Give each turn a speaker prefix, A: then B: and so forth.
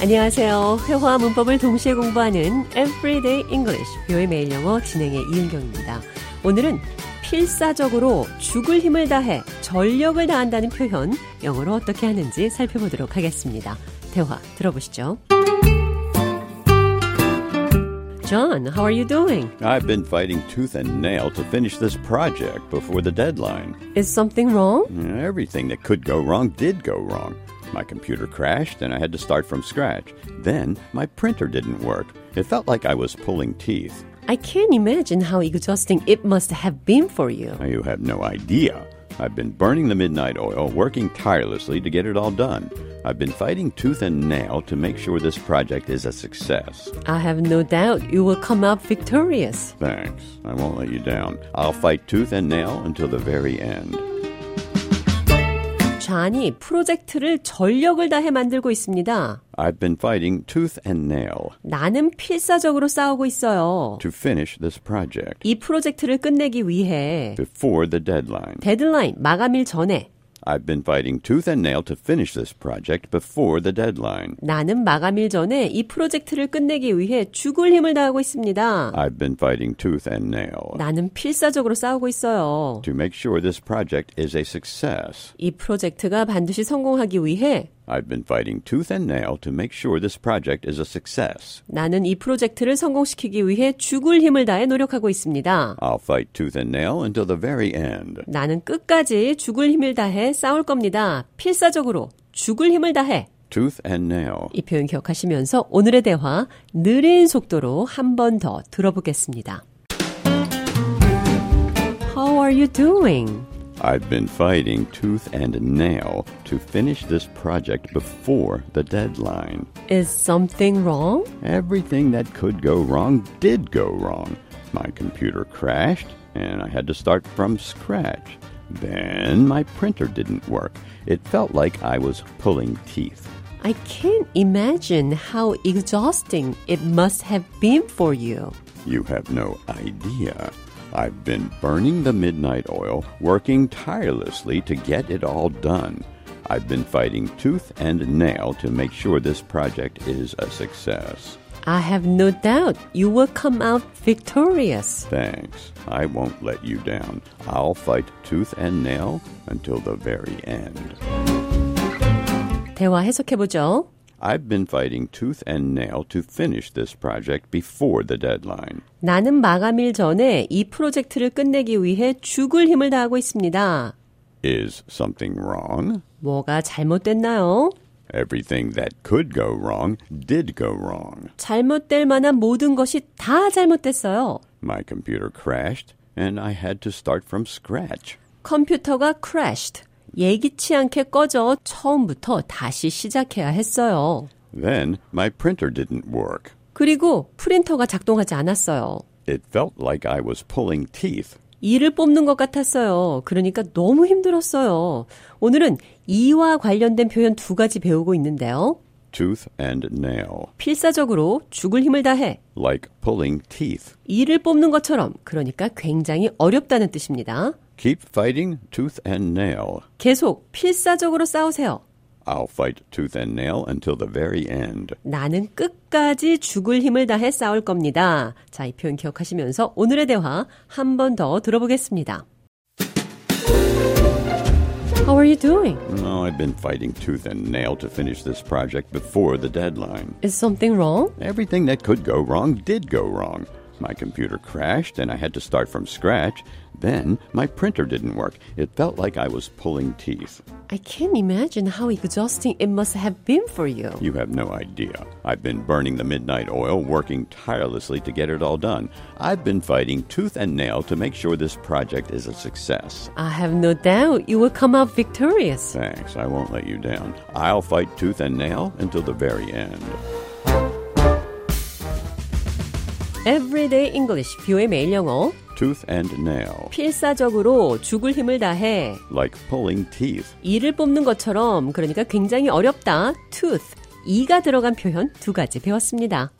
A: 안녕하세요. 회화 문법을 동시에 공부하는 Everyday English, 뷰의 매일 영어 진행의 이은경입니다. 오늘은 필사적으로 죽을 힘을 다해 전력을 다한다는 표현, 영어로 어떻게 하는지 살펴보도록 하겠습니다. 대화 들어보시죠. John, how are you doing?
B: I've been fighting tooth and nail to finish this project before the deadline.
A: Is something wrong?
B: Everything that could go wrong did go wrong. My computer crashed and I had to start from scratch. Then my printer didn't work. It felt like I was pulling teeth.
A: I can't imagine how exhausting it must have been for you.
B: You have no idea. I've been burning the midnight oil, working tirelessly to get it all done. I've been fighting tooth and nail to make sure this project is a success.
A: I have no doubt you will come out victorious.
B: Thanks. I won't let you down. I'll fight tooth and nail until the very end.
A: 좌니 프로젝트를 전력을 다해 만들고 있습니다.
B: I've been fighting tooth and nail
A: 나는 필사적으로 싸우고 있어요.
B: to finish this project
A: 이 프로젝트를 끝내기 위해
B: before the deadline.
A: 데드라인 마감일 전에
B: I've been fighting tooth and nail to finish this project before the deadline.
A: 나는 마감일 전에 이 프로젝트를 끝내기 위해 죽을 힘을 다하고 있습니다.
B: I've been fighting tooth and nail
A: 나는 필사적으로 싸우고 있어요.
B: to make sure this project is a success.
A: 이 프로젝트가 반드시 성공하기 위해
B: I've been fighting tooth and nail to make sure this project is a success.
A: 나는 이 프로젝트를 성공시키기 위해 죽을 힘을 다해 노력하고 있습니다.
B: I'll fight tooth and nail until the very end.
A: 나는 끝까지 죽을 힘을 다해 싸울 겁니다. 필사적으로 죽을 힘을 다해.
B: Tooth and nail.
A: 이 표현 기억하시면서 오늘의 대화 느린 속도로 한 번 더 들어보겠습니다. How are you doing?
B: I've been fighting tooth and nail to finish this project before the deadline.
A: Is something wrong?
B: Everything that could go wrong did go wrong. My computer crashed, and I had to start from scratch. Then my printer didn't work. It felt like I was pulling teeth.
A: I can't imagine how exhausting it must have been for you.
B: You have no idea. I've been burning the midnight oil, working tirelessly to get it all done. I've been fighting tooth and nail to make sure this project is a success.
A: I have no doubt you will come out victorious.
B: Thanks. I won't let you down. I'll fight tooth and nail until the very end.
A: 대화 해석해보죠.
B: I've been fighting tooth and nail to finish this project before the deadline.
A: 나는 마감일 전에 이 프로젝트를 끝내기 위해 죽을 힘을 다하고 있습니다.
B: Is something wrong?
A: 뭐가 잘못됐나요?
B: Everything that could go wrong did go wrong.
A: 잘못될 만한 모든 것이 다 잘못됐어요.
B: My computer crashed, and I had to start from scratch.
A: 컴퓨터가 crashed. 예기치 않게 꺼져 처음부터 다시 시작해야 했어요.
B: Then my printer didn't work.
A: 그리고 프린터가 작동하지 않았어요.
B: It felt like I was pulling teeth.
A: 이를 뽑는 것 같았어요. 그러니까 너무 힘들었어요. 오늘은 이와 관련된 표현 두 가지 배우고 있는데요.
B: Tooth and nail.
A: 필사적으로 죽을 힘을 다해
B: Like pulling teeth.
A: 이를 뽑는 것처럼 그러니까 굉장히 어렵다는 뜻입니다.
B: Keep fighting tooth and nail.
A: 계속 필사적으로 싸우세요.
B: I'll fight tooth and nail until the very end.
A: 나는 끝까지 죽을 힘을 다해 싸울 겁니다. 자, 이 표현 기억하시면서 오늘의 대화 한 번 더 들어보겠습니다. How are you doing?
B: No, I've been fighting tooth and nail to finish this project before the deadline.
A: Is something wrong?
B: Everything that could go wrong did go wrong. My computer crashed and I had to start from scratch. Then my printer didn't work. It felt like I was pulling teeth.
A: I can't imagine how exhausting it must have been for you.
B: You have no idea. I've been burning the midnight oil, working tirelessly to get it all done. I've been fighting tooth and nail to make sure this project is a success.
A: I have no doubt you will come out victorious.
B: Thanks, I won't let you down. I'll fight tooth and nail until the very end.
A: Everyday English, 뷰의 매일 영어.
B: Tooth and nail,
A: 필사적으로 죽을 힘을 다해.
B: like pulling teeth.
A: 이를 뽑는 것처럼 그러니까 굉장히 어렵다. tooth. 이가 들어간 표현 두 가지 배웠습니다.